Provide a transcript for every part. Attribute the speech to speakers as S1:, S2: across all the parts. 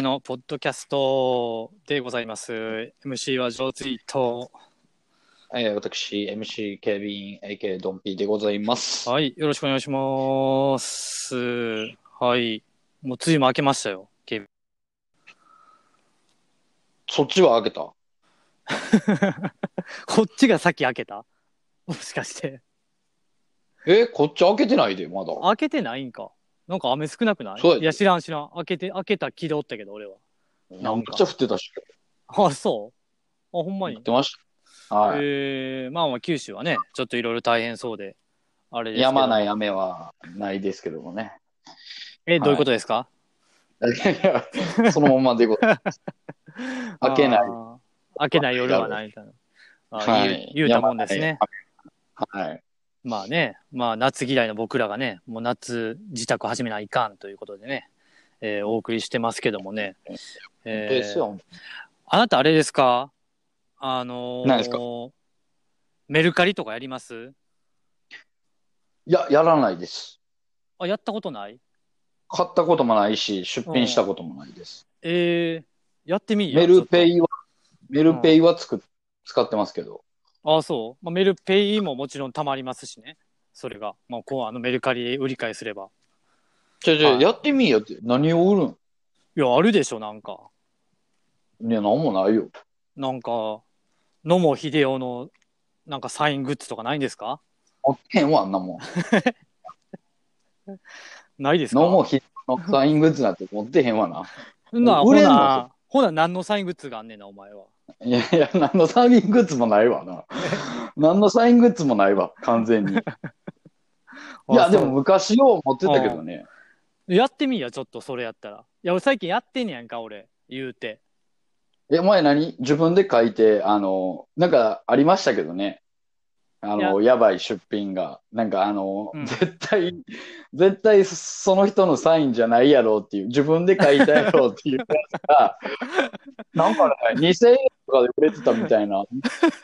S1: のポッドキャストでございます。MC は上ツイート。
S2: えー私、MC 警備員 AK ドンピーでございます。
S1: はい、よろしくお願いします。はい。もう梅雨も明けましたよ。警備
S2: そっちは開けた
S1: こっちが先明けたもしかして。
S2: えこっち開けてないで、まだ。
S1: 明けてないんか。なんか雨少なくない
S2: そうや
S1: いや、知らん知らん。明けて、明けた気でおったけど、俺は。
S2: なんかめっちゃ降ってたし、
S1: あ、そうあ、ほんま
S2: 降
S1: に
S2: っ。てました。はい。
S1: えー、まあまあ九州はね、ちょっといろいろ大変そうで。あれですけど。
S2: やまない雨はないですけど もね。
S1: え、どういうことですか
S2: いやそのままでございます。開けない。
S1: あー。開けない夜はないみたいな。あー
S2: は
S1: 言う
S2: い。
S1: 言うたもんですね。
S2: やまない雨。はい。
S1: まあね、まあ夏嫌いの僕らがね、もう夏自宅始めないかんということでね、えーお送りしてますけどもね。えー
S2: ですよ。
S1: あなたあれですかあのー
S2: 何ですか
S1: メルカリとかやります
S2: いや、やらないです。
S1: あ、やったことない
S2: 買ったこともないし、出品したこともないです。
S1: えー、やってみいや
S2: メルペ
S1: ち
S2: イは、メルペイはつく、使ってますけど。
S1: ょっとあそう。まあ、メルペイももちろんたまりますしね。それが。まあ、こう、あのメルカリで売り買いすれば。
S2: ちょちょ、
S1: はい
S2: やってみいよって。何を売るん
S1: いや、あるでしょ、なんか。
S2: いや、なんもないよ。
S1: なんか、野茂英雄の、なんかサイングッズとかないんですか
S2: 持ってへんわ、あんなもん。
S1: ないですか
S2: ノモヒのサイングッズなんて持ってへんわな。
S1: なほ
S2: 売れんの
S1: な、ほな、何のサイングッズがあんねんな、お前は。
S2: いやいや、何のサイングッズもないわな。何のサイングッズもないわ、完全に。いや、
S1: あ
S2: でも、昔よう持ってたけどね。
S1: そうやってみいや、ちょっと、それやったら。いや、俺最近やってんねやんか、俺、言うて。
S2: え、お前何自分で書いて、あの、なんかありましたけどね。あの、やばい出品が。なんかあの、
S1: うん
S2: 絶対、絶対その人のサインじゃないやろうっていう、自分で書いたやろうっていうやつが、なんかね、2000円とかで売れてたみたいな、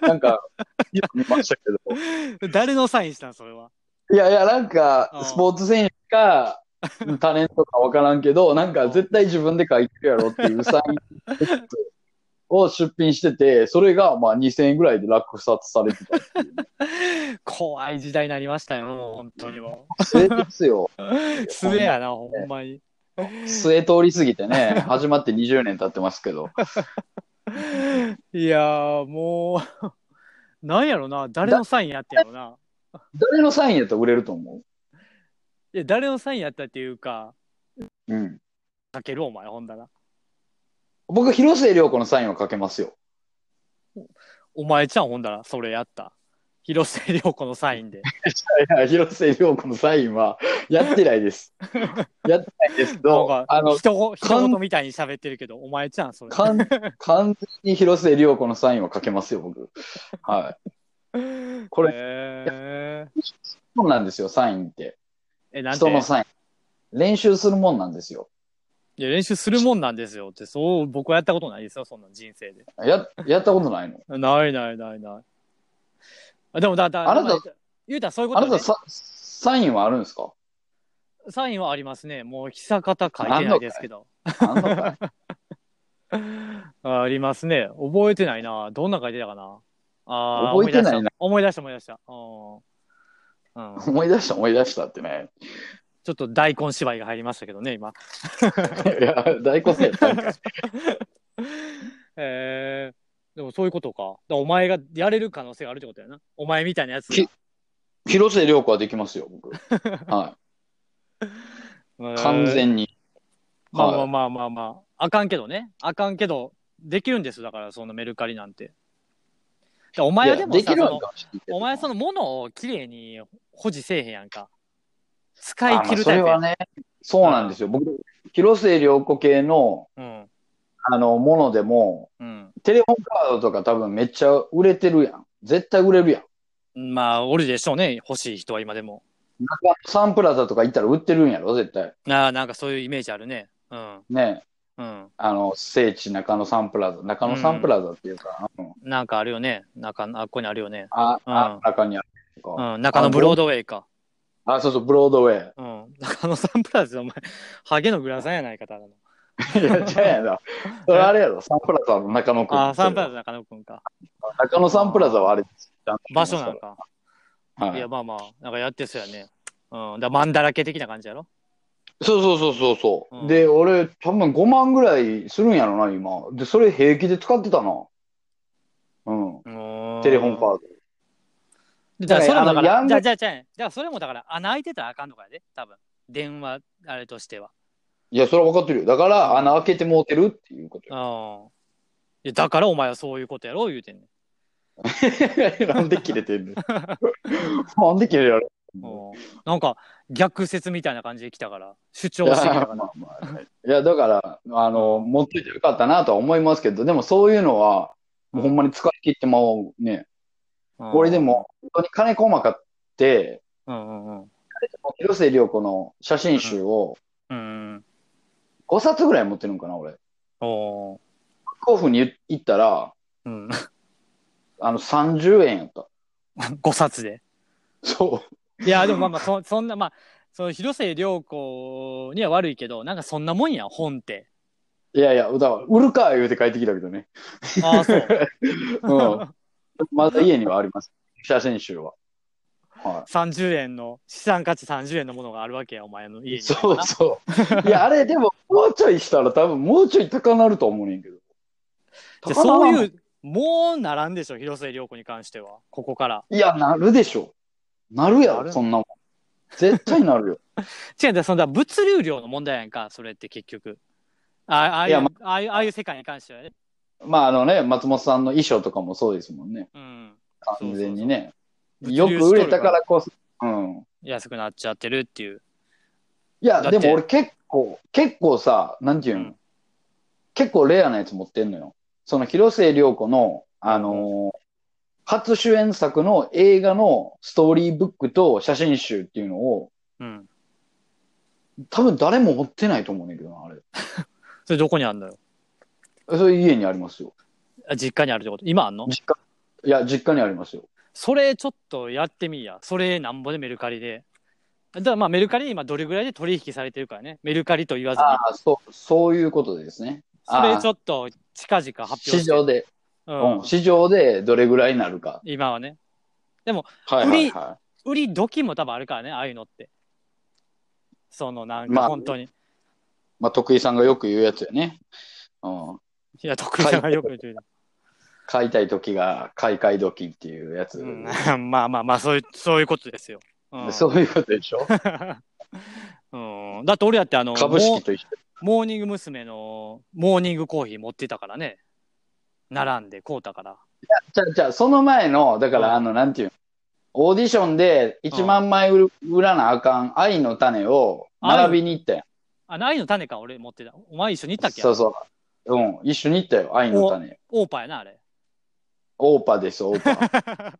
S2: なんか、よく見ましたけど。
S1: 誰のサインしたん、それは。
S2: いやいや、なん
S1: う
S2: か
S1: ん、
S2: スポーツ選手 か、タレントかわからんけど、なんか絶対自分で書いてるやろっていうサインを出品してて、それがまあ2000円ぐらいで落札されてた。
S1: 怖い時代になりましたよ、もう、本当にも
S2: 末で すよ。
S1: う。すべやな、ほんまに。
S2: 末通り過ぎてね、始まって20年経ってますけど。
S1: いやー、もう、なんやろな、誰のサインやったやろな。
S2: 誰のサインやったら売れると思
S1: いや、誰のサインやったっていうか、
S2: ううん。
S1: かける、お前、ほんだら。
S2: 僕、広末涼子のサインをかけます よ。
S1: お前ちゃんほんだら、それやった。広末涼子のサイン で。
S2: いや、広末涼子のサインはやってない です。やってないですけ
S1: なん
S2: ど
S1: か、、
S2: あの、
S1: ひと
S2: かん
S1: 言みたいに喋ってるけど、お前ちゃん、それ。
S2: 完 完全に広末涼子のサインをかけますよ、僕。はい。これ、
S1: えー、
S2: そうなんですよ、サインって。
S1: え、なんて
S2: 人のサイン。練習するもんなんですよ。
S1: いや練習するもんなんですよって、そう、僕はやったことないですよ、そんな人生で。
S2: や、やったこ とないの。
S1: ないないないない。あでもだ、だ、
S2: あなた
S1: ま言うたらそういうこ
S2: あ
S1: と
S2: な
S1: ね
S2: た、さ、サインはあるんですか
S1: サインはありますね。もう、久方書いてないですけど。
S2: あんのかい
S1: あありますね。覚えてないな。どんな書いてたかな。あー
S2: 覚えてないな
S1: 思い出した、思い出した。思い出した。うん。うん
S2: 思い出した、思い出したってね。
S1: ちょっと大根芝居が入りましたけどね、 今。
S2: いや、大根生やったんかい
S1: えー、でもそういうことか。だからお前がやれる可能性があるってことやな。お前みたいなやつが
S2: き。広末涼子はできますよ、僕。は
S1: え
S2: い。
S1: ー
S2: 完全に。
S1: まあま
S2: は
S1: あ
S2: い
S1: まあまあまあ。あかんけどね。あかんけど、できるんですよ。だから、そのメルカリなんて。だからお前はいで
S2: や
S1: もさ
S2: できる
S1: そ
S2: わ
S1: の
S2: けかもしれんけど
S1: お前はそ
S2: の、
S1: のものをきれいに保持せえへんやんか。使い切る
S2: あまあそ
S1: タイ
S2: れ
S1: プや
S2: はね、そうなんですよ。僕、広末涼子系の、
S1: うん。
S2: あの、ものでも、
S1: うん。
S2: テレホンカードとか多分めっちゃ売れてるやん。絶対売れるやん。
S1: まあ、おるでしょうね。欲しい人は今でも。
S2: 中野サンプラザとか行ったら売ってるんやろ、絶対。
S1: ああ、なんかそういうイメージあるね。うん。
S2: ね
S1: うん。
S2: あの、聖地中野サンプラザ。中野サンプラザっていうか、うん
S1: なんかあるよね。なんか、あっこにあるよね。
S2: あ、
S1: う
S2: あ
S1: ん、
S2: 中にあるとか。
S1: うん。中野ブロードウェイか。
S2: あ、そうそう、ブロードウェイ。
S1: うん。中野サンプラザ、お前、ハゲのグラサンやないか、ただの。
S2: いや、違うやな。それあれやろ、サンプラザの中野くん。
S1: あ、サンプラザ中野くんか。
S2: 中野サンプラザはあれです。
S1: 場所なんか。
S2: はい
S1: いや、まあまあ、なんかやってそうやね。うん。だからマンだらけ的な感じやろ
S2: そうそうそうそうそう、
S1: うん
S2: で、俺、多分5万ぐらいするんやろな、今。で、それ平気で使ってたな。うん。テレホンカー
S1: ー
S2: ド。
S1: ド。だからそれもだか
S2: あのや
S1: ら、
S2: ん
S1: じ
S2: だ
S1: ゃあじゃあじゃあじゃあそれもだから、穴開いてたらあかんのかやで、多分。電話、あれとしては。
S2: いや、それは分かってるよ。だから、穴開けてもうてるっていうことよ。
S1: うん。いやだからお前はそういうことやろ言うてんねん。
S2: なんで切れてんの なんで切れられ んの
S1: うんなんか逆説みたいな感じで来たから主張してきたから
S2: まあまあはいいやだからあの持っててよかったなとは思いますけどでもそういうのはもう ほんまに使い切ってまおうね、
S1: うん
S2: 俺でも本当に金細かって
S1: うんうんうん
S2: 広末涼子の写真集を
S1: うんうん
S2: 5冊ぐらい持ってるんかな俺
S1: おー
S2: 甲府に行ったら
S1: うん、
S2: あの30円やった
S1: 5冊で
S2: そ
S1: いやでもまあまあそそんなまあその広末涼子には悪いけどなんかそんなもんや本って
S2: ういやいやだから売るか言うて帰ってきたけどね、
S1: ああそう
S2: うん、まだ家にはあります写真集ははい
S1: 30円の資産価値30円のものがあるわけやお前の家に
S2: そうそう。いや、あれ、でも、もうちょいしたら多分、もうちょい高なると思うねんけど。。
S1: じゃあそういううもうならんでしょ広末涼子に関してはここから
S2: いや、なるでしょ。なるや
S1: な
S2: ろ、
S1: る
S2: そんなもん。絶対なるよ。
S1: 違うだからそのだから物流量の問題やんかそれって結局あああいう
S2: いやま
S1: ああいうああいう世界に関してはね
S2: まあ、あのね、松本さんの衣装とかもそうですもんね。
S1: うん
S2: 完全にね。
S1: そうそうそう
S2: よく売れたからこそ。うん。
S1: 安くなっちゃってるっていう。
S2: いや、
S1: だって
S2: でも俺結構、結構さ、なんていうの、
S1: うん
S2: 結構レアなやつ持ってんのよ。その広末涼子の、あのー初主演作の映画のストーリーブックと写真集っていうのを、
S1: うん。
S2: 多分誰も持ってないと思うねんけどな、あれ。
S1: それどこにあるのよ
S2: それ家にありますよ。
S1: あ実家にあるってこと今あんの
S2: 実家。いや、実家にありますよ。
S1: それちょっとやってみいや。それなんぼでメルカリで。だからまあメルカリで今どれぐらいで取引されてるからね。メルカリと言わずに。
S2: ああ、そう、そういうことですね。
S1: それ
S2: あ
S1: ちょっと近々発表
S2: 市場で、
S1: う
S2: うんん、市場でどれぐらいになるか。
S1: 今はね。
S2: はいはいは
S1: 売り時も多分あるからね、ああいうのって。そのなん
S2: ま
S1: か
S2: あ
S1: 本当に。
S2: い。まあ、徳井さんがよく言うやつよね。うん。
S1: いや、得意さんがよく言ってる。
S2: 買いたい時が買い替え時っていうやつ、
S1: うん、 まあまあまあ、そういう、そういうことですよ。うん。
S2: そういうことでしょ
S1: うん、だって俺だってあの、
S2: 株式と一緒
S1: モーニング娘。のモーニングコーヒー持ってたからね。並んで、こうたから。
S2: じゃあじゃあその前のだか
S1: うん
S2: らあのなんていうのオーディションで1万枚売る売らなあかん愛の種を並びに行ったやん
S1: あ、愛の種か、俺持ってた。お前一緒に行ったっけ
S2: そうそううん一緒に行ったよ愛の種
S1: オーパーやな、あれ。
S2: オーパですオー パい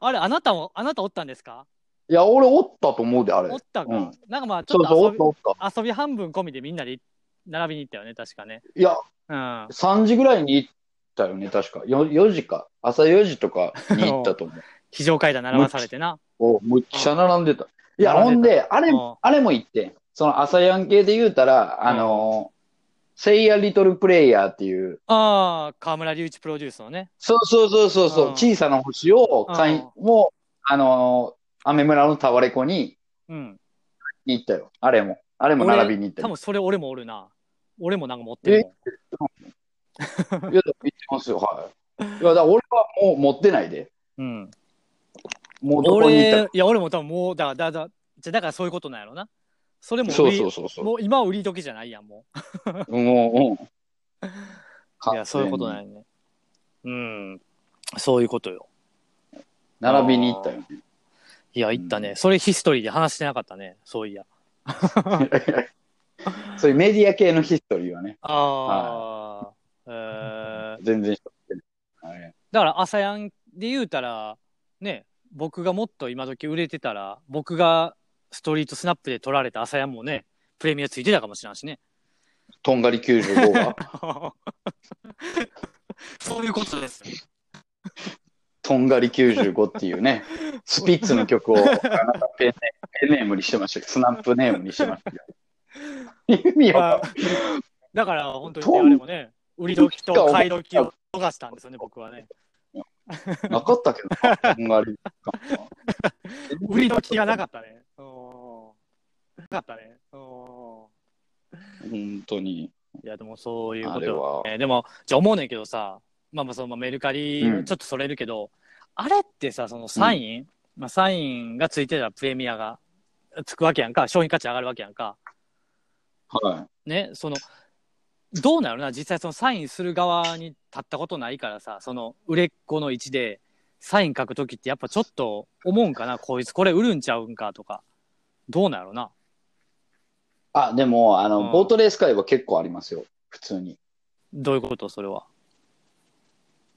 S1: あれ、あなたも、あなたおったんですか
S2: や俺おったと思うであれ
S1: おったか、
S2: うん
S1: なんかまあ、ち
S2: そ
S1: ょ
S2: う
S1: っ
S2: そうお
S1: と
S2: っ
S1: 遊
S2: たおっ
S1: び遊
S2: た
S1: び半分込みでみんなで並びに行ったよね、確かね。
S2: いや
S1: うん。
S2: 3時ぐらいに行ったよね確か 4, 時か朝4時とかに行ったと思う
S1: 非常階段並ばされてな。
S2: おむっちゃ並んでたいや
S1: 並
S2: ほ
S1: ん
S2: ん
S1: で
S2: であれ
S1: うん
S2: あれも言って、その朝やん系で言うたら、あのー、セイヤリトルプレイヤーっていう、
S1: ああ、河村隆一プロデュースのね。
S2: そうそうそうそうそう
S1: うん
S2: 小さな星を買い、もう、あのー、アメ村のタワレコに
S1: うん。
S2: 行ったよ。あれも。あれも並びに行っ
S1: 多
S2: たよ。
S1: 分それ俺もおるな。俺もなんか持ってるもん。
S2: いや、行ってますよ、はい。いや、だから俺はもう持ってないで。
S1: うん。
S2: もうどこに行った
S1: 俺、いや、俺も多分もう、だから、だだじゃあだからそういうことなんやろな。それも
S2: か。
S1: 売り
S2: そうそうそうそ
S1: もう今は売り時じゃないやん、も
S2: う。もう、うん。
S1: う。いや、そういうことなん
S2: い。
S1: やね。うん。そういうことよ。
S2: 並びに行ったよ。
S1: いや、言ったね。
S2: うん
S1: それヒストリーで話してなかったね、そういや。
S2: そういうメディア系のヒストリーはね、
S1: ああ、えー
S2: 全然知ってる。はい
S1: だから、朝やんで言うたら、ね、僕がもっと今時売れてたら、僕がストリートスナップで取られた朝やんもね、プレミアついてたかもしれんしね。
S2: とんがり95が。
S1: そういうことです。
S2: とんがり95っていうね、スピッツの曲をあなたペンネペンネームにしてましたけど、スナップネームにしてましたけど。意味わかんない
S1: だから、本当に
S2: とん
S1: あれもね、売り時と買い時を逃したんですよね、僕はね。
S2: なかったけどな、あんまり。
S1: 売り時がなかったね。うんなかったね。うん
S2: 本当に。
S1: いや、でもそういう
S2: あ
S1: こ
S2: れ
S1: とよ
S2: は。
S1: えーでも、じゃあ思うねんけどさ、まあまあそのまあメルカリ、
S2: うん
S1: ちょっとそれるけど、あれってさ、そのサイン、まあサインがついてたらプレミアがつくわけやんか、商品価値上がるわけやんか。
S2: は
S1: ね、その、どうなるな、実際そのサインする側に立ったことないからさ、その売れっ子の位置でサイン書くときってやっぱちょっと思うんかな、こいつこれ売るんちゃうんかとか。どうなるな。
S2: い。あ、でも、あの、
S1: うん
S2: ボートレース界は結構ありますよ。普通に。
S1: どういうことそれは。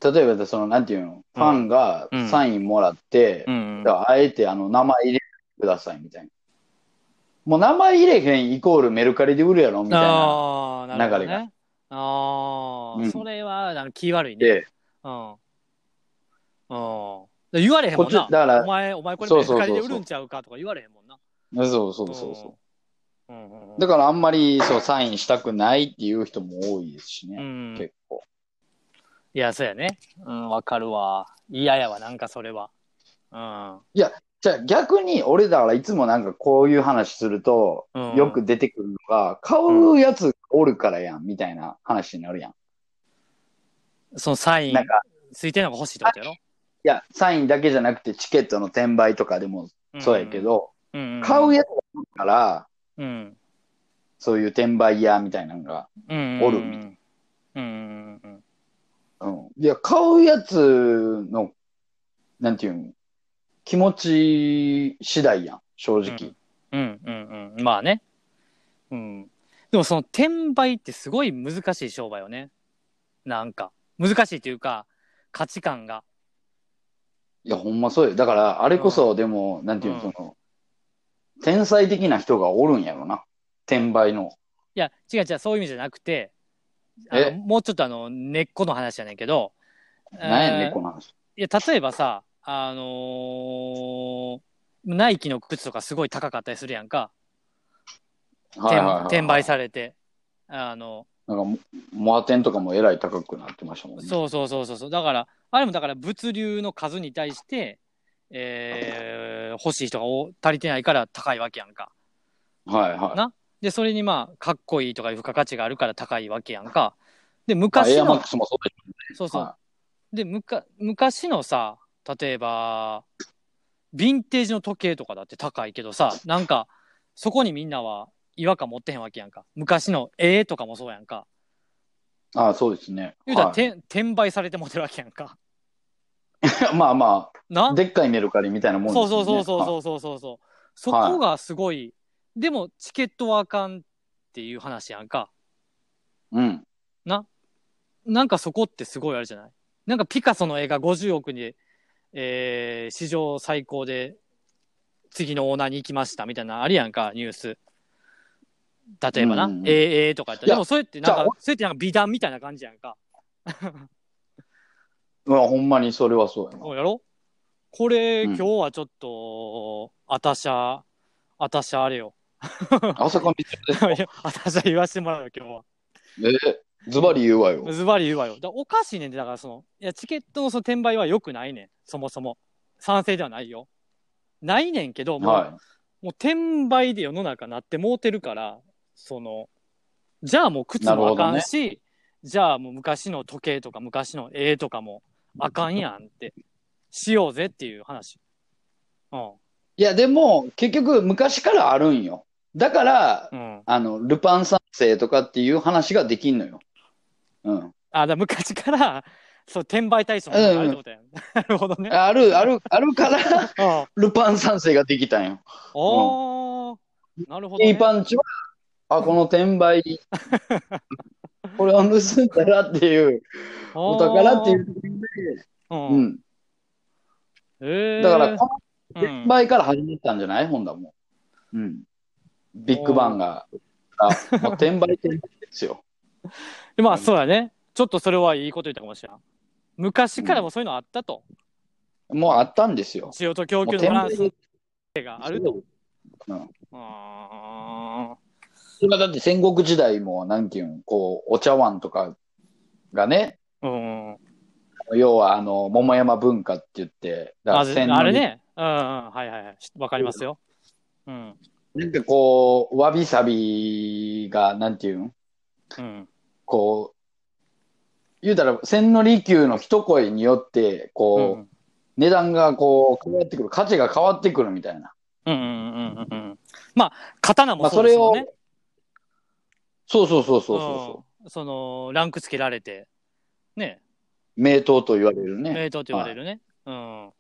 S2: 例えば、その、なんていうの、ファンが
S1: うん
S2: サインもらって
S1: う、ん
S2: じゃああえて、あの、名前入れてください、みたいな。もう名前入れへんイコールメルカリで売るやろ、みたいな。
S1: ああー、なるほど
S2: 流れ
S1: ね。ああ、
S2: うん
S1: それはなんか気悪いね。
S2: で、
S1: うん。うん。言われへんもん
S2: こっ
S1: な。
S2: ちだから
S1: お前、お前これ
S2: そ
S1: メ
S2: うそうそ
S1: ルカ
S2: うそう
S1: リで売るんちゃうかとか言われへんもんな。
S2: そうそうそうそう。
S1: うん。うんうん
S2: だからあんまりそうサインしたくないっていう人も多いですし
S1: う
S2: ね、
S1: ん。
S2: 結構。
S1: いや、そうやね。うん、わかるわ。嫌やわ、なんかそれは。うん。
S2: じゃあ逆に俺だからいつもなんかこういう話すると
S1: うん
S2: よく出てくるのが、買うやつおるからやんみたいな話になるやん。
S1: そのサイン
S2: なんか、
S1: ついてるのが欲しいってことやろ
S2: いや、サインだけじゃなくてチケットの転売とかでもそうやけ、ど、
S1: んんん
S2: 買うやつがおるから、
S1: うん。
S2: そういう転売屋みたいなのが。
S1: うんうんうん。
S2: おるみた
S1: うんうんうんうん。
S2: うん。いや、買うやつの、なんていうん、気持ち次第やん、正直。
S1: うんうんうん。まあね。うん。でもその転売ってすごい難しい商売よね。なんか。難しいというか、価値観が。
S2: いや、ほんまそうよ。だから、あれこそ、でも、なんていうの、その、天才的な人がおるんやろな。転売の。
S1: いや、違う違う、そういう意味じゃなくて、あの
S2: え
S1: もうちょっとあの、根っこの話やねんけど、
S2: なんや
S1: え
S2: ね
S1: ー
S2: ん、この話。
S1: いや、例えばさ、あのーナイキの靴とかすごい高かったりするやんか。
S2: はいはいはい。
S1: 転転売されて。あの、
S2: なんかも、モアテンとかもえらい高くなってましたもんね。
S1: そうそうそうそうそう。だから、あれもだから物流の数に対して、えー欲しい人がお足りてないから高いわけやんか。
S2: はいは
S1: で、それにまあ、かっこいいとかいう付加価値があるから高いわけやんか。で、
S2: い。あ
S1: 昔
S2: エアマッ
S1: の
S2: ク、スもそうでし
S1: そう
S2: ょ。
S1: そう。
S2: は
S1: で、むか昔のさ、例えば、ヴィンテージの時計とかだって高いけどさ、なんか、そこにみんなは違和感持ってへんわけやんか。昔の絵とかもそうやんか。
S2: い。ああ、そうですね。
S1: 言うたら、
S2: はい
S1: てん転売されてもてるわけやんか。
S2: まあまあ、
S1: な
S2: でっかいメルカリみたいなもん
S1: そうそうそう
S2: う。
S1: そうそうそうそう。そこがすごい、でもチケットはあかんっていう話やんか。
S2: うん。
S1: なんかそこってすごいあるじゃないなんかピカソの絵が50億に、えー史上最高で次のオーナーに行きましたみたいなのあるやんか、ニュース。例えばな、
S2: うんうん
S1: えーえーとか言った
S2: い
S1: ら。
S2: や
S1: でもそれってなん
S2: じゃ
S1: か
S2: あ、
S1: それってなんか美談みたいな感じやんか。
S2: うわ、ほんまにそれはそうやな。
S1: そうやろこれ、
S2: うん
S1: 今日はちょっと、あたしゃ、あたしゃあれよ。
S2: 朝霞みたい
S1: いやあたしゃ言わせてもらうよ、今日は。
S2: です。え、ズバリ言うわよ。
S1: ズバリ言うわよ。だおかしいねんって、だからその、いや、チケットのその転売は良くないねん。そもそも。賛成ではないよ。ないねんけど、もう、
S2: は
S1: もう転売で世の中なってもうてるから、その、じゃあもう靴
S2: なる
S1: も
S2: ほ
S1: あ
S2: ど
S1: か
S2: ね
S1: んし、じゃあもう昔の時計とか昔の絵とかもあかんやんって、しようぜっていう話。うん。
S2: い。いや、でも、結局、昔からあるんよ。だから
S1: う、ん。
S2: あの、ルパン三世とかっていう話ができんのよ。うん。
S1: あ、だから昔から、そう、転売対象のあるってことやん。 なるほどね。 うん。
S2: ある、ある、あるから、 ルパン三世ができたんよ。
S1: おー。なるほど、
S2: い
S1: ね。
S2: いパンチは、あ、この転売、 これを盗んだらっていう、お宝っていうことで、
S1: あー。
S2: う
S1: うん。
S2: ん。
S1: えー
S2: だから、こ
S1: う
S2: の
S1: ん
S2: 転売から始めたんじゃない本だもん。うん。ビッグバンが、あ、もう転売転売ですよ。
S1: まあ、そうだね。ちょっとそれはいいこと言ったかもしれん。昔からもそういうのあったと。
S2: もうあったんですよ。
S1: 需要と供
S2: もう
S1: 給のバ
S2: 転
S1: ラン
S2: 売
S1: ス
S2: で
S1: があると。
S2: うん
S1: あー
S2: それがだって戦国時代も、なんていうん、こう、お茶碗とかがね、
S1: うんうん。
S2: 要はあの、桃山文化って言って、だ
S1: ま
S2: から
S1: ず、
S2: 千利
S1: あれ。ね。うんうん。はいはいはい。わかりますよ。うん。
S2: なんかこう、わびさびが、なんていうん、
S1: うん。
S2: こう、言うたら、千利休の一声によって、こ
S1: う
S2: う、
S1: ん。
S2: 値段がこう、変わってくる、価値が変わってくるみたいな。
S1: うんうんうんうんうん。まあ、刀
S2: ま
S1: も
S2: あ、
S1: そ
S2: そう
S1: で
S2: れ
S1: すも
S2: を
S1: んね。、
S2: そうそうそうそうそう
S1: うんその、ランクつけられて、ね、
S2: う、名刀と言われるね。
S1: 名刀と言われるね。うん。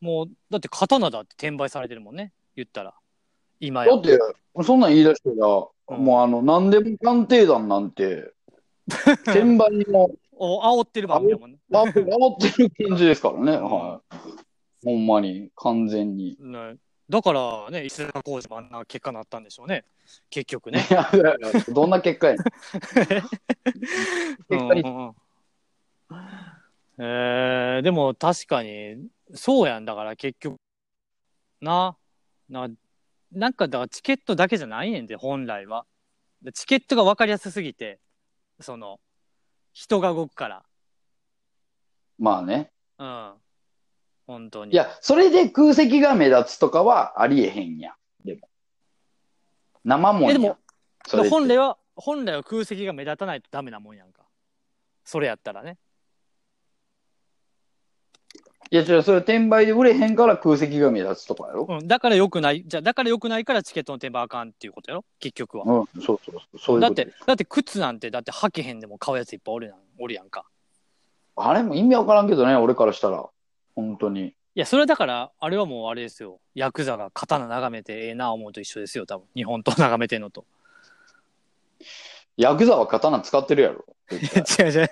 S1: もう、だって刀だって転売されてるもんね。言ったら。今や
S2: だ。って、そんなん言い出したら、
S1: うん
S2: もうあの、何でも鑑定団なん て、転売の
S1: お煽ってる番組だもんね。
S2: ラップ煽ってる感じですからね、
S1: ん
S2: はい。ほんまに、完全に。
S1: ねだからね、石坂浩二もあんな結果になったんでしょうね。結局ね。
S2: いやいやいやどんな結 果やねん。
S1: う
S2: 結
S1: ん
S2: 果
S1: う
S2: に
S1: んうんえーでも確かに、そうやんだから結局、な、な、なんかだからチケットだけじゃないねんで、本来は。でチケットが分かりやすすぎて、その、人が動くか
S2: まあね。
S1: ら。うん。本当に。
S2: いや、それで空席が目立つとかはありえへんやん。でも。生もんや
S1: えでも、
S2: それって
S1: 本来は、本来は空席が目立たないとダメなもんやんか。それやったらね。
S2: いや、違う、それ転売で売れへんから空席が目立つとかやろ。
S1: うん、だから良くない、じゃあだから良くないからチケットの転売あかんっていうことやろ結局は。
S2: うん、そうそうそう。そういう
S1: だっ
S2: こと
S1: て、だって靴なんて、だって履けへんでも買うやついっぱいおるやんおるやんか。
S2: あれも意味わからんけどね、俺からしたら。本当に。
S1: いや、それはだから、あれはもうあれですよ。ヤクザが刀眺めてええな思うと一緒ですよ、多分。日本刀眺めてんのと。
S2: ヤクザは刀使ってるやろ。
S1: 違う違う。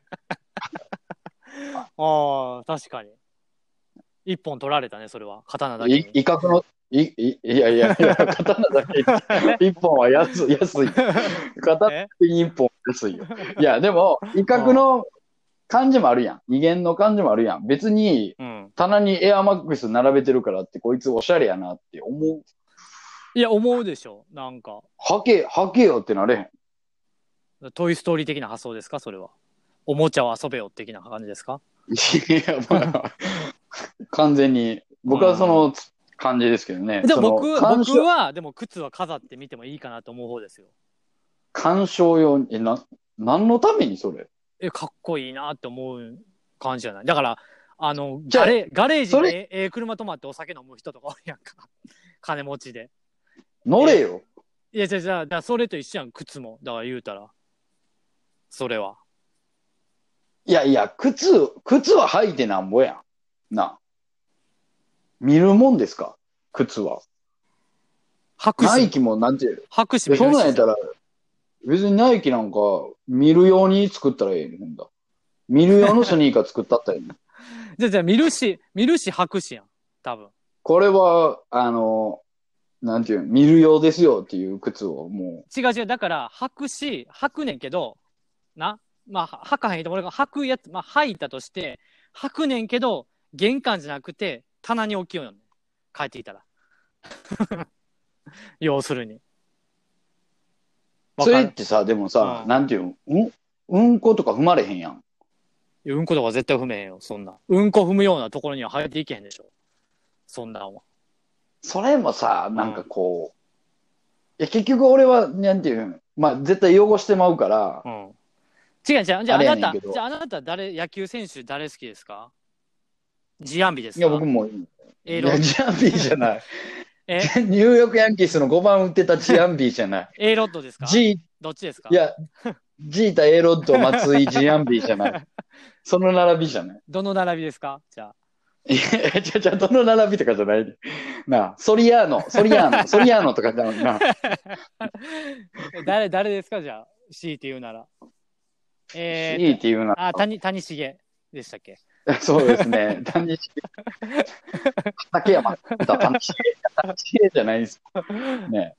S1: ああ、確かに。一本取られたね、それは。刀だけ
S2: い
S1: に。
S2: 威嚇の、い、い、いやいやいや、刀だけ、一本は安い、安い。刀
S1: え
S2: 一本は安いよ。いや、でも、威嚇の感じもあるやん。威厳の感じもあるやん。別に、
S1: うん。
S2: 棚にエアマックス並べてるからって、こいつおしゃれやなって思う。
S1: いや、思うでしょ。なんか、
S2: はけ、はけよってなれへん。
S1: トイ・ストーリー的な発想ですか、それは。おもちゃを遊べよ的な感じですか
S2: いや、まあ、完全に、僕はその感じですけどね。
S1: でも僕
S2: その鑑
S1: 僕
S2: 賞
S1: は、でも靴は飾ってみてもいいかなと思う方ですよ。
S2: 鑑賞用に、え、な、何のためにそれ
S1: え、かっこいいなって思う感じじゃないだから、あの、
S2: じゃあ
S1: ガレガレージ
S2: それ
S1: でええ車止まってお酒飲む人とか おるやんか。金持ちで。
S2: 乗れよ。
S1: いや、じゃあじゃあじゃあそれと一緒やん、靴も。だから言うたら。それは。
S2: いやいや、靴、靴は履いてなんぼやん。な。見るもんですか靴は。
S1: 白
S2: ナイ
S1: 紙。
S2: キもなんていう。
S1: 白紙見
S2: えそん
S1: る
S2: なんやっ
S1: した
S2: ら、別にナイキなんか見るように作ったらええんだ。見る用のスニーカー作ったったらえ えねん
S1: じゃあじゃあ見るし、見るし白紙やん。多分。
S2: これは、あの、なんていうん見る用ですよっていう靴をも
S1: 違う違う。だから、白紙、白ねんけど、な。まあ、は履かへんけど、俺が履くやつ、まあ、履いたとして、履くねんけど、玄関じゃなくて、棚に置きようよ、ね。帰ってきたら。 要するに。
S2: う。
S1: わ
S2: そ
S1: か
S2: れっ
S1: る
S2: てさ、でもさ、
S1: うん
S2: なんていうんうん、うんことか踏まれへんやん。
S1: いやうんことか絶対踏めへんよ、そんな。うんこ踏むようなところには入っていけへんでしょ。そんなんは。
S2: それもさ、なんかこう、いや結局俺は、なんていうんまあ絶対汚してまうから、
S1: うん。違う違う。じゃあ、あ
S2: あれや
S1: な
S2: ね
S1: た、
S2: んけど
S1: じゃあ、あなた誰、野球選手誰好きですかジアンビです
S2: い
S1: か
S2: や、僕も、い
S1: エーロ
S2: や、
S1: ッド。
S2: ジャンビーじゃない。
S1: え、
S2: ニューヨークヤンキースの5番打ってたジャンビーじゃない。
S1: エーロッドですか
S2: G、い
S1: どっちですか
S2: や、ジータ、エロッド、松井、ジャンビーじ ゃない。その並びじゃない。
S1: どの並びですかじゃあ。
S2: いや、じゃじゃどの並びとかじゃない。なあ、ソリアーノ、ソリ アーノ、ソリアーノとかじゃないな。
S1: 誰、誰ですかじゃあ、強いて言うなら。えー、
S2: いいっていうな。
S1: あ、谷、谷重でしたっけ
S2: そうですね。単に、竹山だ、単に、単にじゃないです。ね。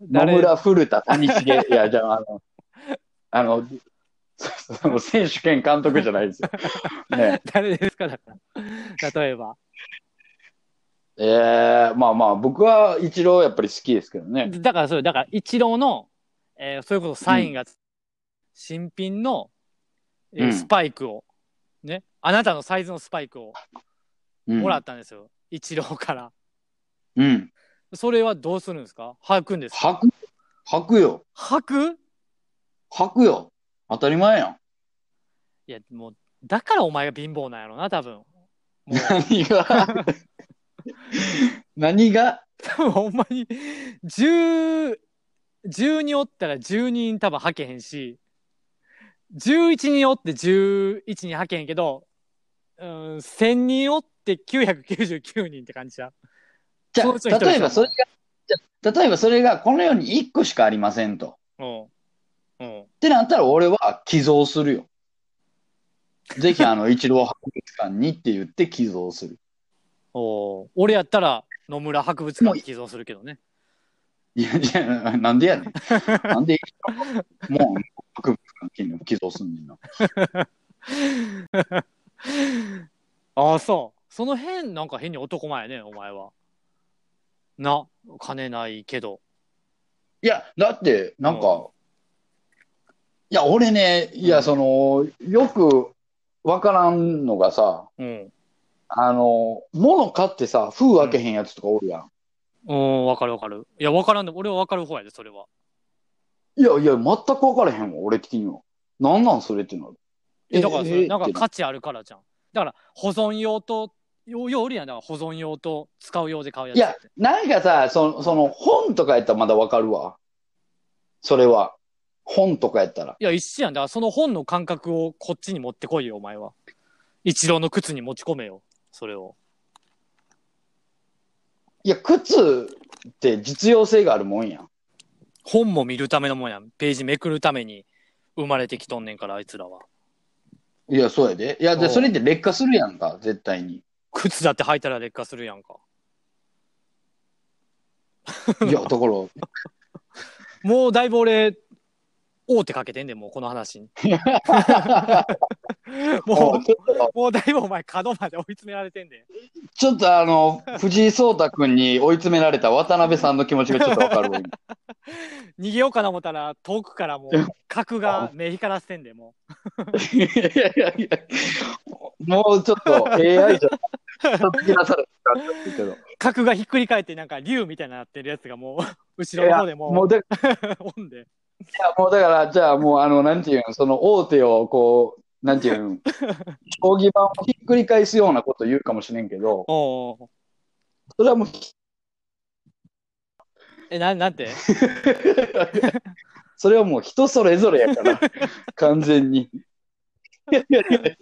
S2: 野
S1: 誰
S2: 村、古田、谷 繁、いや、じゃあ、あの、あの、そその選手兼 監督じゃないですよ。ね、
S1: 誰ですかだから。例えば。
S2: ええまあまあ、僕は一郎やっぱり好きですけどね。
S1: だからそれ、だから、一郎の、えー、それこそサインが、新品の、えー
S2: うん
S1: スパイクを、ね、あなたのサイズのスパイクを
S2: うん、
S1: もらったんですよ。一郎から。
S2: うん。
S1: それはどうするんですか履くんですか
S2: 吐く、吐くよ。
S1: 履く
S2: 吐くよ。当たり前やん。
S1: いや、もう、だからお前が貧乏なんやろな、多分。もう
S2: 何が何が
S1: 多分ほんまに、10、10人おったら10人多分履けへんし、11人おって11人履けへんけど、うん、1000人おって999人って感じじゃん。
S2: じゃ
S1: そのうちの一人
S2: あ、例えばそれが、じゃあ例えばそれがこの世に1個しかありませんと。っ
S1: うん。うん。
S2: てなったら俺は寄贈するよ。ぜひあの、一郎博物館にって言って寄贈する。
S1: おー俺やったら野村博物館に寄贈するけどね。
S2: いや、じゃあ、なんでやねん。なんで一郎もう博物館に寄贈すんねんな。
S1: ああ、そう。その辺、なんか変に男前やね、お前は。な、金ないけど。
S2: いや、だって、なんか、いや、俺ね、いや、その、よくわからんのがさ、
S1: うん。
S2: あの、物買ってさ、封開けへんやつとかおるやん。
S1: うん、わかるわかる。いや、わからんでも、俺はわかる方やで、それは。
S2: いやいや、全く分からへんわ、俺的には。なんなんそれってなる。
S1: えだからそれ、なんか
S2: って
S1: 価値あるからじゃん。だから、保存用と、よようおるやん、だから保存用と使う用で買うやつ
S2: いや
S1: って。、
S2: なんかさ、その、その、本とかやったらまだ分かるわ。それは。本とかやったら。
S1: いや、一緒やん。だから、その本の感覚をこっちに持ってこいよ、お前は。一郎の靴に持ち込めよ、それを。
S2: いや、靴って実用性があるもんやん。
S1: 本も見るためのもんやん。ページめくるために生まれてきとんねんから、あいつらは。
S2: いや、そうやで。いや、
S1: おう
S2: で、それって劣化するやんか、絶対 に。
S1: 靴だって履いたら劣化するやんか。
S2: いや、だから、
S1: もうだいぶ俺、大手かけてんで、もうこの話に。も
S2: ちょっと
S1: う、もうだいぶお前角まで追い詰められてんで。
S2: ちょっとあの、藤井聡太君に追い詰められた渡辺さんの気持ちがちょっと分かるわ。今
S1: 逃げようかな思ったら、遠くからもう、角が目光らせてんで、も
S2: いやいやいや、もうちょっと AI じゃ、ちょっと切らされてたんですけど。
S1: う、角がひっくり返って、なんか竜みたいになってるやつが もう、後ろの方で
S2: も
S1: も、
S2: うだいう
S1: おんで。
S2: やもうだから、じゃあもう、あの、なんていうん、その大手をこう、なんていうん、将棋盤をひっくり返すようなこと言うかもしれんけど、
S1: おうおう
S2: それはもう、
S1: え、な、なんて
S2: それはもう人それぞれやから、完全に。いやいやい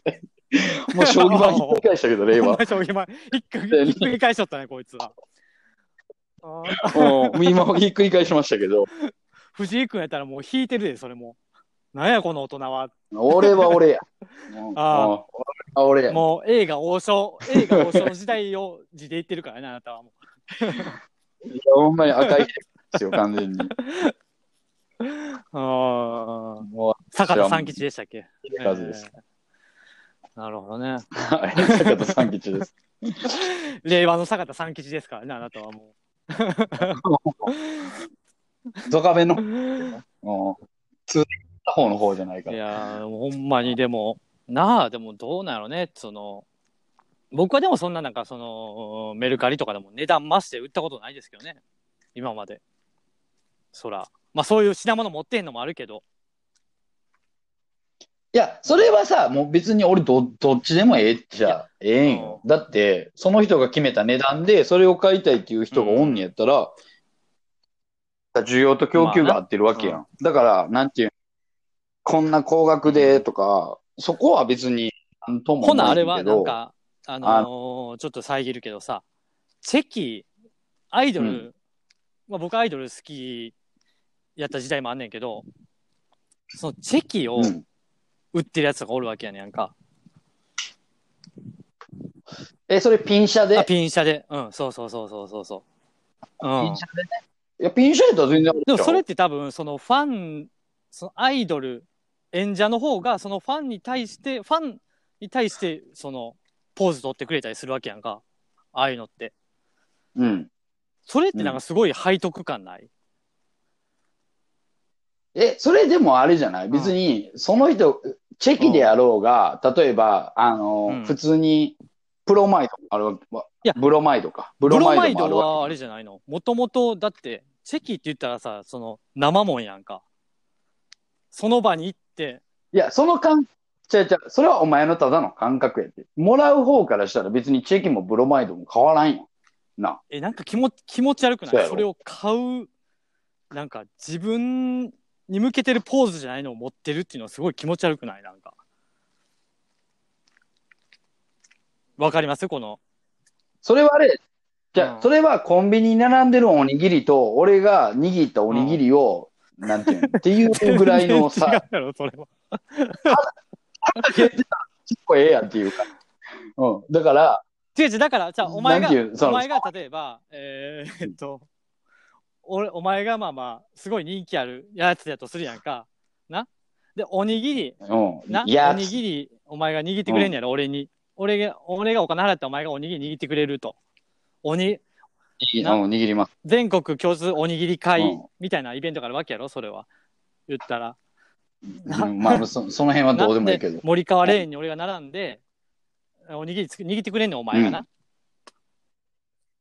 S2: やもう将棋盤ひっくり返したけどね、
S1: お
S2: 今
S1: 前。将棋前、ひっくりひっくり返しとったね、こいつは。あー
S2: うん今ひっくり返しましたけど、
S1: 藤井君やったらもう引いてるで、それも。なんや、この大人は。
S2: 俺は俺や。
S1: あー
S2: うん俺は俺や。
S1: もう映画王将、映画王将の時代を地で言ってるからね、あなたはもう。
S2: いや、ほんまに赤いですよ、完全に。
S1: ああ、
S2: もう、
S1: 坂田三吉でしたっけ
S2: いい数です。
S1: えーなるほどね。
S2: はい、坂田三吉です。
S1: 令和の坂田三吉ですからね、あなたはも
S2: ドカベンの、
S1: う。
S2: もう、通じた方の方じゃないか
S1: い
S2: ら。
S1: やー、ほんまにでも、なあ、でもどうなのね、その、僕はでもそんななんか、その、メルカリとかでも値段増して売ったことないですけどね、今まで。そら。まあそういう品物持ってへんのもあるけど。
S2: いや、それはさ、もう別に俺ど、どっちでもええっち
S1: い
S2: ゃええんよ。だって、その人が決めた値段で、それを買いたいっていう人がおんねやったら、需要と供給が合ってるわけやん。
S1: ま
S2: だから、なんていうこんな高額でとか、そこは別に、なんとも
S1: ほ
S2: 思
S1: な、あ
S2: え
S1: れ
S2: ん
S1: は
S2: け
S1: なん
S2: ど、
S1: か、あのーちょっと遮るけどさ、チェキ、アイドル、
S2: うん
S1: まあ、僕アイドル好きやった時代もあんねんけど、そのチェキを
S2: うん
S1: 売ってるやつとかおるわけやねんやんか。
S2: え、それピン社で
S1: あ、ピン車で。うん、そうそうそうそうそうそう。う
S2: ピ
S1: ん
S2: ン。シャでね。いや、ピンシャやったら全然ある
S1: でも
S2: ちゃう
S1: それって多分、そのファン、そのアイドル、演者の方が、そのファンに対して、ファンに対して、その、ポーズ取ってくれたりするわけやんか。ああいうのって。
S2: うん。
S1: それってなんかすごい背徳感ない、
S2: え、それでもあれじゃない別に、その人、チェキであろうが、例えば、あの、
S1: うん
S2: 普通に、プロマイドもあるわけ、
S1: いや
S2: ブロマイドか。ブ
S1: ブロ
S2: ロ
S1: マ
S2: マイ
S1: イ
S2: ドもあ
S1: ド
S2: るわ
S1: はあれじゃないのもともとだってチェキって言ったらさその生もんやんかその場に行って
S2: け。いや、その感、ちゃうちゃう、それはお前のただの感覚やって。もらう方からしたら別にチェキもブロマイドも変わらんよ。な。
S1: えなんか気も気持ち悪く
S2: そう
S1: な
S2: や
S1: い
S2: ろ
S1: それを買うなんか自分に向けてるポーズじゃないのを持ってるっていうのはすごい気持ち悪くないなんかわかりますこの
S2: それはあれ、じゃあ、
S1: うん
S2: それはコンビニに並んでるおにぎりと、俺が握ったおにぎりを、なんていうのっていうぐらいの
S1: 全然
S2: さ、
S1: 違うやろそれは
S2: 結構ええやんっていうか。うん。だから、
S1: 違う違うだからじゃあお前が
S2: なんていうそ
S1: お
S2: の
S1: 前が例えばえーえっと俺お前がまあまあすごい人気あるやつやとするやんかなでおにぎり
S2: う。
S1: なん
S2: いや
S1: おにぎりお前が握ってくれんやろ、俺に俺が俺がお金払ってお前がおにぎり握ってくれるとおに
S2: いい
S1: な
S2: うん、握ります。
S1: 全国共通おにぎり会
S2: うん
S1: みたいなイベントがあるわけやろそれは言ったら
S2: うんまあ、そ その辺はどうでもいいけ
S1: な
S2: ど
S1: ん。森川レーンに俺が並んでおにぎりつく握ってくれんねんお前がな、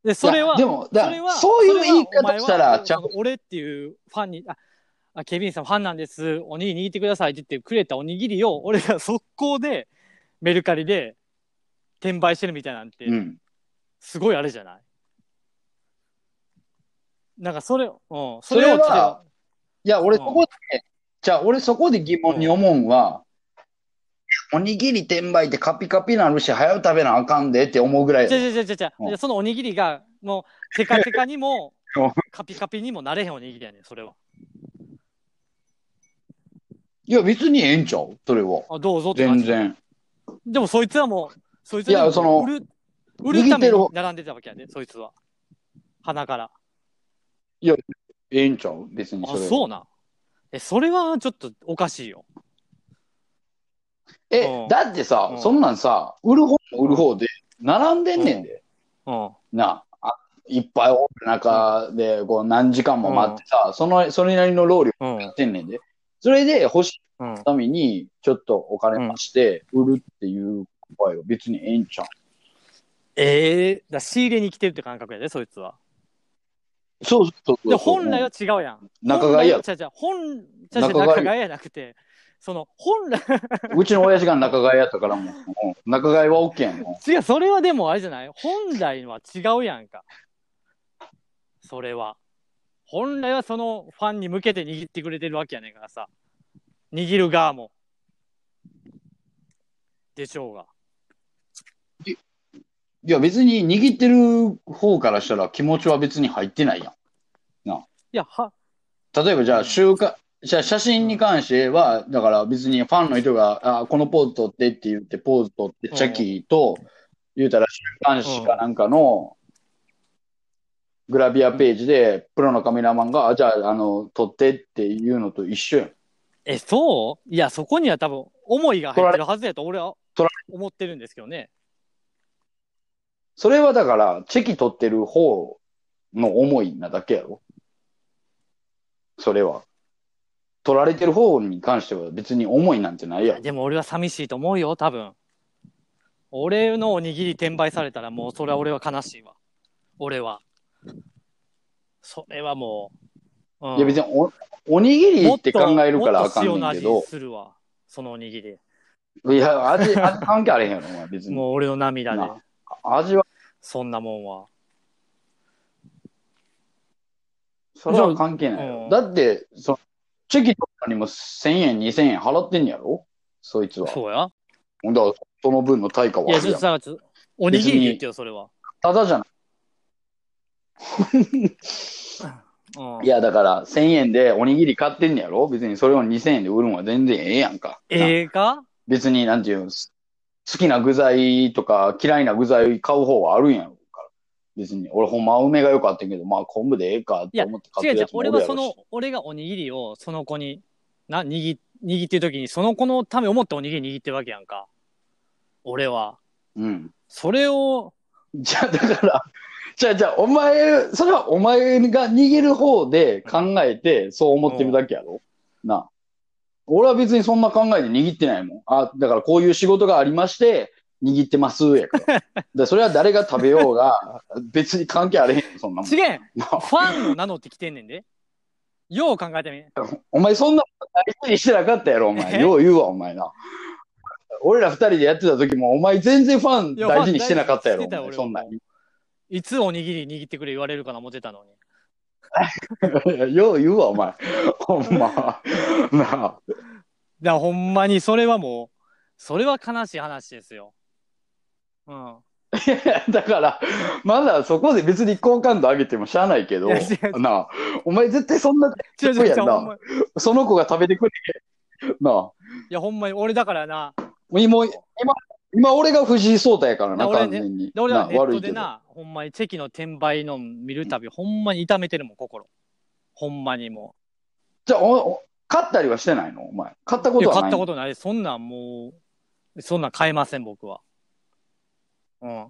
S2: う
S1: でそれ
S2: いや
S1: は
S2: でも、だ
S1: それは
S2: そういう言い
S1: それはお前は
S2: 方したら、ちゃん
S1: その俺っていうファンに、あ、あケビンさんファンなんです、おにぎり握ってくださいって言ってくれたおにぎりを、俺が速攻でメルカリで転売してるみたいなんて、
S2: うん。
S1: すごいあれじゃないなんかそれ、うん、そ
S2: それ
S1: を
S2: は、いや、
S1: う
S2: 俺そ
S1: ん
S2: こで、じゃあ、俺そこで疑問に思うんは、おにぎり転売ってカピカピなるし、早く食べなあかんでって思うぐらい
S1: じゃ
S2: や。
S1: じゃじゃじゃじゃ、
S2: うん
S1: そのおにぎりが、もう、テカテカにも
S2: うん、
S1: カピカピにもなれへんおにぎりやねん、それは。
S2: いや、別にええんちゃうそれは。
S1: あ、どうぞって感
S2: 全
S1: じ。
S2: 然。
S1: でもそいつはもう、そいつはでも
S2: いやその
S1: 売る、売るため
S2: 握ってる
S1: に
S2: 方
S1: 並んでたわけやね、そいつは。鼻から。
S2: ええんちゃう別にそ
S1: あ、
S2: れは。
S1: そうなん。え、それはちょっとおかしいよ。
S2: え
S1: うん、
S2: だってさ
S1: う、ん
S2: そんなんさ、売る方も売る方で、並んでんねんで。
S1: うん。
S2: なあ、あいっぱいおる中で、こう、何時間も待ってさ、その、それなりの労力
S1: うん。
S2: やってんねんで。それで、欲しい
S1: うん。
S2: ために、ちょっとお金出して、売るっていう場合は別にええんちゃう
S1: ええだ仕入れに来てるって感覚やで、そいつは。
S2: そうそうそう。
S1: で、本来は違うやん。
S2: 仲買いやろ
S1: 本来は違う違う。本、違う違う
S2: 仲買い
S1: 仲買いやなくて、その、本来、
S2: うちの親父が仲買いやったからもう、うん仲買いは OK やねん。
S1: 違う、それはでもあれじゃない本来は違うやんか。それは。本来はそのファンに向けて握ってくれてるわけやねんからさ。握る側も。でしょうが。
S2: いや、別に握ってる方からしたら気持ちは別に入ってないや
S1: いや、は、
S2: ん。例えばじゃ
S1: うん
S2: あ、週刊、じゃあ写真に関しては、だから別にファンの人が、あこのポーズ撮ってって言って、ポーズ撮って、チャキと、言うたら週刊誌かなんかの、グラビアページで、プロのカメラマンが、あじゃあ、あの、撮ってっていうのと一緒やん。
S1: え、そういや、そこには多分、思いが入ってるはずやと俺は
S2: 取ら
S1: 思ってるんですけどね。
S2: それはだから、チェキ取ってる方の思いなだけやろ。それは。取られてる方に関しては別に思いなんてないやろ。
S1: でも俺は寂しいと思うよ、多分。俺のおにぎり転売されたらもうそれは俺は悲しいわ。俺は。それはもう。うん
S2: いや別にお、おにぎり
S1: もっ
S2: って
S1: と
S2: 考えるから
S1: も
S2: あ
S1: っと
S2: かん
S1: 塩
S2: ね
S1: の
S2: んけ
S1: 味
S2: ど、
S1: するわ、そのおにぎり。
S2: いや、味、味関係あれへんやろ、お前別に。
S1: もう俺の涙で
S2: な、味は、
S1: そんなもんは。
S2: それは関係ないや
S1: うん
S2: ろ。だって、その、チェキ取ったのにも1000円、2000円払ってんやろそいつは。だか
S1: そうや。
S2: ら、その分の対価
S1: い
S2: はあ
S1: や、
S2: る
S1: ちょっ
S2: や
S1: と
S2: ん。
S1: さ、ちょっとおにぎりで言ってよ、それは。
S2: ただじゃない。
S1: うん
S2: いや、だから、1000円でおにぎり買ってんねやろ別にそれを2000円で売るんは全然ええやんか。な
S1: ええか
S2: 別に、なんていうんす好きな具材とか嫌いな具材買う方はあるんやろから。別に、俺ほんま梅が良かったけど、まあ昆布でええかと思って買
S1: 違
S2: っ
S1: う違
S2: てるや
S1: う、
S2: つもお
S1: 俺
S2: るや
S1: は
S2: ろ
S1: その、俺がおにぎりをその子に、な、握、握ってる時に、その子のため思っておにぎり握ってるわけやんか。俺は。
S2: うん。
S1: それを、
S2: じゃあ、だから、じゃあ、じゃあ、お前、それはお前が逃げる方で考えて、そう思ってるだけやろなあ。俺は別にそんな考えで握ってないもん。あ、だからこういう仕事がありまして、握ってます、やから。でそれは誰が食べようが、別に関係あれへん、そんなもん
S1: ち。げん
S2: な
S1: ファンの名乗ってきてんねんで。よう考えてみ。
S2: お前そんなこと大事にしてなかったやろ、お前。
S1: え
S2: よう言うわ、お前な。俺ら二人でやってた時も、お前全然ファン
S1: いや
S2: 大事にしてなかったや
S1: フ
S2: ろ、
S1: ァン大事に
S2: お
S1: して
S2: 前
S1: た
S2: そんなに。
S1: いつおにぎり握ってくれ言われるかな思ってたのに。
S2: よう言うわ、お前。ほんま。 なあ。
S1: だからほんまにそれはもう、それは悲しい話ですよ。うん。
S2: だから、まだそこで別に好感度上げてもしゃあないけど
S1: いや違う違、う
S2: なあ。お前絶対そんな、
S1: 違う違う違う。
S2: やんな
S1: ほんまに
S2: その子が食べてくれへん。なあ。
S1: いやほんまに俺だからな、
S2: 今、今、今俺が藤井聡太やからな、
S1: いや俺
S2: 完
S1: ね
S2: 全に。
S1: で俺は
S2: なあ
S1: ネッ
S2: 悪
S1: ト
S2: い
S1: で
S2: けど。
S1: な、ほんまにチェキの転売の見るたび、ほんまに痛めてるもん、心。ほんまにも
S2: じゃあ、おお勝ったりはしてないのお前。勝った
S1: う。
S2: こ
S1: いや
S2: とは
S1: 買
S2: な
S1: っ
S2: い
S1: た
S2: の
S1: ことない。そんなんもう、そんなん買えません、僕は。うん。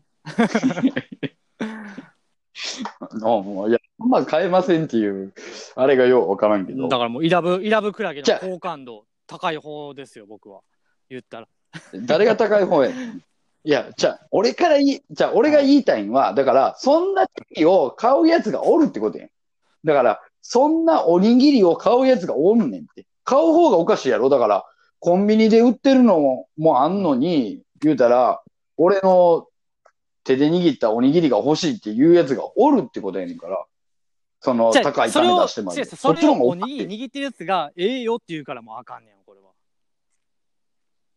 S2: あもういや、まあ買えませんっていう、あれがようわからんけど。
S1: だからもう、イラブ、イラブクラゲ
S2: じゃ
S1: の
S2: あ
S1: 好感度、高い方ですよ、僕は。言ったら。
S2: 誰が高い方や。 いや、じゃあ、俺から言い、じゃあ、俺が言いたいんは、だから、そんな時を買うやつがおるってことやん。だから、そんなおにぎりを買うやつがおんねんって。買う方がおかしいやろ。だから、コンビニで売ってるのももあんのに、言うたら、俺の手で握ったおにぎりが欲しいっていうやつがおるってことやねんから、その
S1: じゃあ
S2: 高い
S1: それ
S2: 金
S1: を
S2: 出してま
S1: 違う
S2: で。
S1: そ
S2: そっ
S1: れ
S2: ちの
S1: を
S2: 方が
S1: お
S2: おか
S1: に
S2: し
S1: ぎ
S2: い。
S1: り握ってるやつが、ええよって言うからもうあかんねん、これは。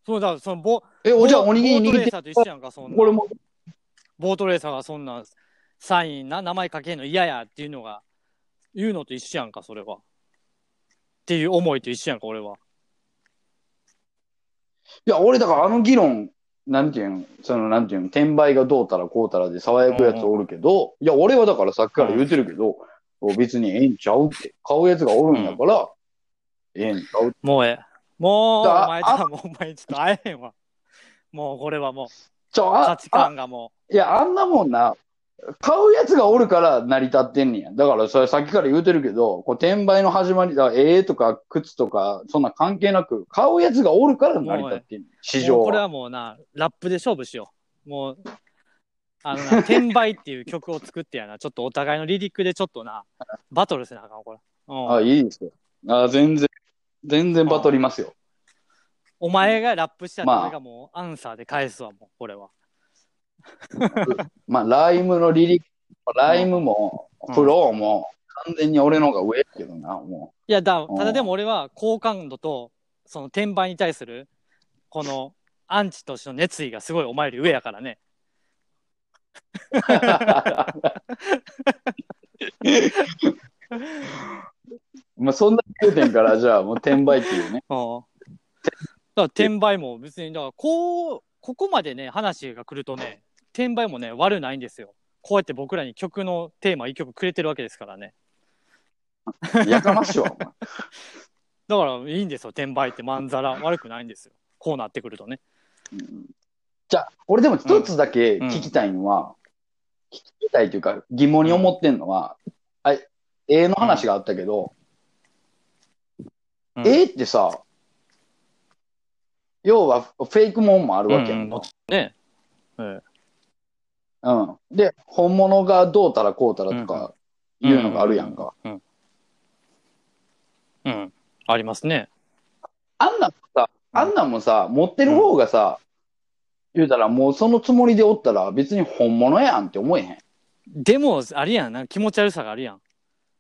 S1: そうだ、そのボ、
S2: え、おじゃあおにぎり
S1: ボート
S2: 握っ
S1: レー
S2: て、
S1: サーと一緒やんか、そんなん
S2: これも
S1: ボートレーサーがそんなサインな名前書けんの嫌やっていうのが言うのと一緒やんかそれはっていう思いと一緒やんか俺はい
S2: や、俺だからあの議論、なんていうん、そのなんていうん、転売がどうたらこうたらで騒やくやつおるけど、いや、俺はだからさっきから言うてるけど、別にええんちゃうって、買うやつがおるんやから、ええんちゃうって。
S1: もうええもう
S2: だ
S1: お前とはもうお前ちょっと会えへんわもうこれはもう
S2: ちょ、
S1: 価
S2: あ
S1: 値、
S2: あ
S1: 観がも
S2: いや、あんなもんな、買うやつがおるから成り立ってんねや。だからそれさっきから言うてるけど、こう転売の始まりだ、ええとか靴とか、そんな関係なく、買うやつがおるから成り立ってんねん。
S1: う
S2: 市場
S1: もうこれ
S2: は。
S1: はもうなラップで勝負しようもうあのな「 転売」っていう曲を作ってやなちょっとお互いのリリックでちょっとなバトルせなあかんわこれ、うん
S2: あ、いいですよ。あ、全然、全然バトりますよ。
S1: お前がラップした
S2: ま
S1: ら
S2: あ
S1: 俺がもうアンサーで返すわもうこれは
S2: まあ、ライムのリリック、ライムも
S1: うん、
S2: フローも、完全に俺の方が上やけどな、 も
S1: いやだ、
S2: うん
S1: ただでも俺は好感度と、その転売に対する、この、アンチとしての熱意がすごいお前より上やからね。
S2: う。まあ、そんな言うてんから、じゃあ、もう転売っていうね。
S1: うん。だから転売も別に、だからこう、ここまでね、話が来るとね、転売もね、悪ないんですよ。こうやって僕らに曲のテーマ、一曲くれてるわけですからね。
S2: やかましいわ、
S1: だからいいんですよ、転売ってまんざら悪くないんですよ。こうなってくるとね。
S2: お前。うんじゃあ、俺でも一つだけ聞きたいのは、聞きたいというか、疑問に思ってんのは、あえ、絵の話があったけど、
S1: うん
S2: 絵ってさ、要はフェイクもんもあるわけやんか。
S1: うんね。え
S2: うん。で、本物がどうたらこうたらとかいうのがあるやんか。
S1: えうん。ありますね。
S2: あんなんさ、あんなんもさ、持ってる方がさ、言うたらもうそのつもりでおったら別に本物やんって思えへん。
S1: でも、あれやん、なんか気持ち悪さがあるやん。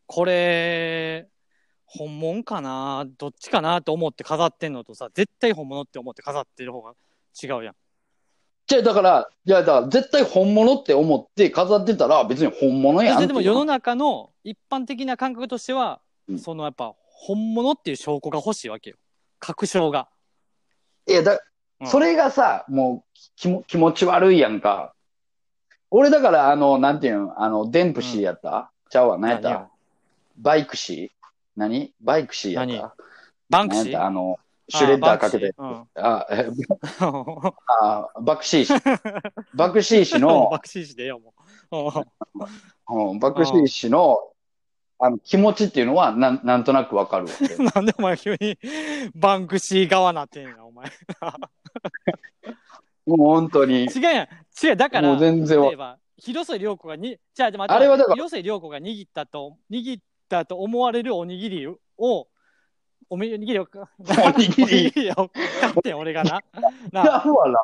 S1: これ、本物かなどっちかなと思って飾ってんのとさ、絶対本物って思って飾ってる方が違うやん。
S2: じゃあだから、いやだから絶対本物って思って飾ってたら別に本物やんっ
S1: そ
S2: て
S1: れ
S2: いう。
S1: でも世の中の一般的な感覚としては、
S2: うん
S1: そのやっぱ本物っていう証拠が欲しいわけよ。確証が。
S2: いやだ、
S1: うん
S2: それがさ、もう気も気持ち悪いやんか。俺だから、あの、なんていうん、あの、デンプシーやった、ちゃうわ、何やった
S1: 何や
S2: バイクシー何バイクシーやった
S1: 何バンクシ
S2: 何やった
S1: ー
S2: あの、シュレッダーかけて。
S1: あ
S2: あ、え
S1: バンクシーうん
S2: あ、バクシー氏。バクシー氏
S1: バ
S2: の
S1: ン、クシーしでええよ、もう。
S2: うん、バクシー氏のあの気持ちっていうのはなんなんとなくわかるわ け。
S1: なんでお前急にバンクシー側なってんや、お前。
S2: もう本当に。
S1: 違うやん。違う、だから、
S2: もう全然わ
S1: 例えば、広瀬涼子がに、じゃあ、待って
S2: あれはだから
S1: 広瀬涼子が握ったと、握ったと思われるおにぎりを、おめおにぎりを、
S2: おにぎり
S1: おにを買ってん、俺がな。
S2: 違う
S1: なあ
S2: わな。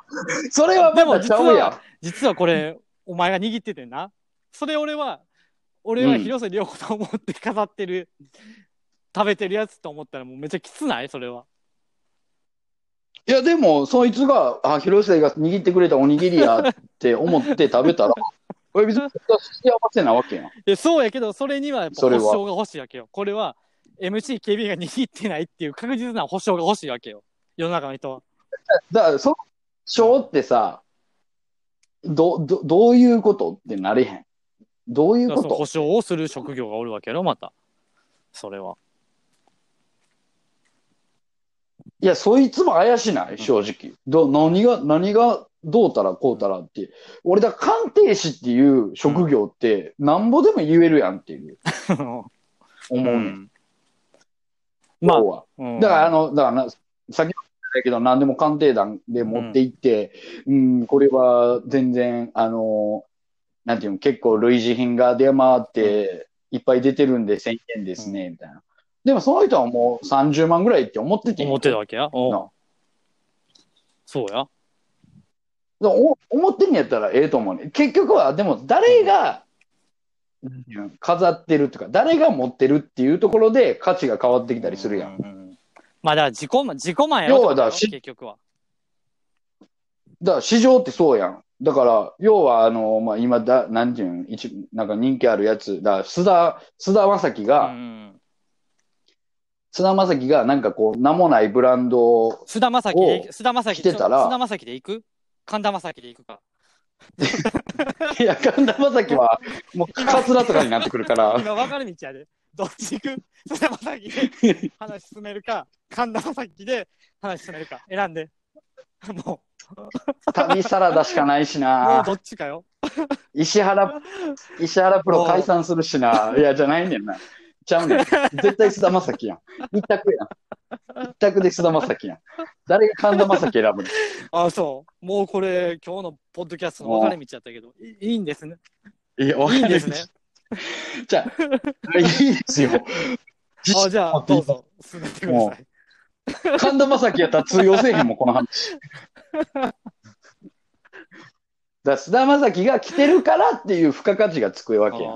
S2: それはまだちゃうやん。
S1: 実はこれ、お前が握っててんな。それ俺は、俺は
S2: うん
S1: 広瀬涼子と思って飾ってる、食べてるやつと思ったら、もうめっちゃきつないそれは。
S2: いや、でも、そいつが、あ、広末が握ってくれたおにぎりやって思って食べた ら、これ別に幸せなわけやん。
S1: いやそうやけど、それにはやっぱ
S2: それ
S1: 保
S2: は
S1: 証が欲しいわけよ。これは MCKB が握ってないっていう確実な保証が欲しいわけよ。世の中の人は。
S2: だから、その賞ってさ、ど、ど、どういうことってなれへん。どういう
S1: だから
S2: こ
S1: その保証
S2: と
S1: をする職業がおるわけよ、また。それは。
S2: いや、そいつも怪しない正直。ど、何が、何が、どうたらこうたらって。俺、だから鑑定士っていう職業って、なんぼでも言えるやんって いう、思うねん。
S1: まあ
S2: 要は
S1: うん
S2: だから、あの、だからな、さっきも言ったけど、何でも鑑定団で持っていって、うん、これは全然、あの、なんていうの、結構類似品が出回って、いっぱい出てるんで1000円ですね、みたいな。でも、その人はもう30万ぐらいって思ってて。
S1: 思ってたわけや。おう
S2: な
S1: そうや。
S2: だからお思ってんやったらええと思うね。結局は、でも、誰が、なんていうの飾ってるとか、誰が持ってるっていうところで価値が変わってきたりするやん。
S1: ううまあ、だから自己満、自己満やろってこと
S2: 要はだ
S1: よ
S2: からし
S1: 結局は。
S2: だから市場ってそうやん。だから、要は、あの、まあ、今だ、なんていうん、一、なんか人気あるやつ、だから、須田、須田正樹
S1: う
S2: が、
S1: ん。
S2: 須田正樹が、なんかこう、名もないブランド を、
S1: 須田正樹で
S2: おう
S1: 須田正樹
S2: 来てたら
S1: 須田正樹で行く神田正樹で行くか。
S2: いや、神田正樹は、もう、カツラとかになってく るから、
S1: 今分かれ道やで。どっち行く須田正樹 で話進めるか、神田正樹で話進めるか、選んで。も
S2: 旅サラダしかないし
S1: う、もう
S2: な、
S1: どっちかよ。
S2: 石原、石原プロ解散するしな、いや、じゃないねんな。ちゃうねん。絶対須田正樹やん。一択やん。一択で須田正樹やん。誰が神田正樹選ぶの
S1: あそう。もうこれ、今日のポッドキャストの分かれ道やったけど、いいいんですね。
S2: いや、わ
S1: いい
S2: か
S1: ん
S2: る
S1: で
S2: です
S1: ね。
S2: じゃあ、いいですよ。
S1: あじゃあ、どうぞ、進めてください。
S2: 神田正輝やったら通用せえへんもん、この話。 だ須田正輝が来てるからっていう付加価値がつくわけやん。
S1: あ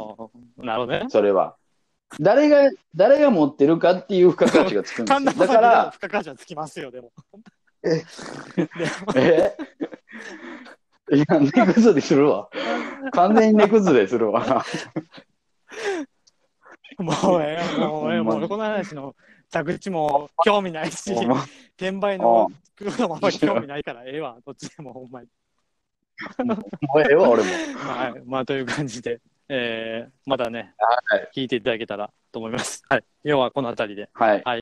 S1: ーなるほどね。
S2: それは。誰が、誰が持ってるかっていう付加価値がつくんですよ。
S1: 神田
S2: だ
S1: 正
S2: か
S1: 樹の
S2: ら、
S1: 付加価値はつきますよ、 でも。
S2: えいや、根崩れするわ。完全に根崩れす るわ。
S1: もうええよ、もうええよ、
S2: ほんま
S1: も
S2: に
S1: うこの話の着地も興味ないし、
S2: ほんま
S1: 転売のこともあんまり興味ないから、ええわ、どっちでもほんまに。
S2: もうええわ、俺も。
S1: はい、まあという感じで、えーまたね、
S2: は
S1: 聞いていただけたらと思います。はい、要はこの辺りで。
S2: はい。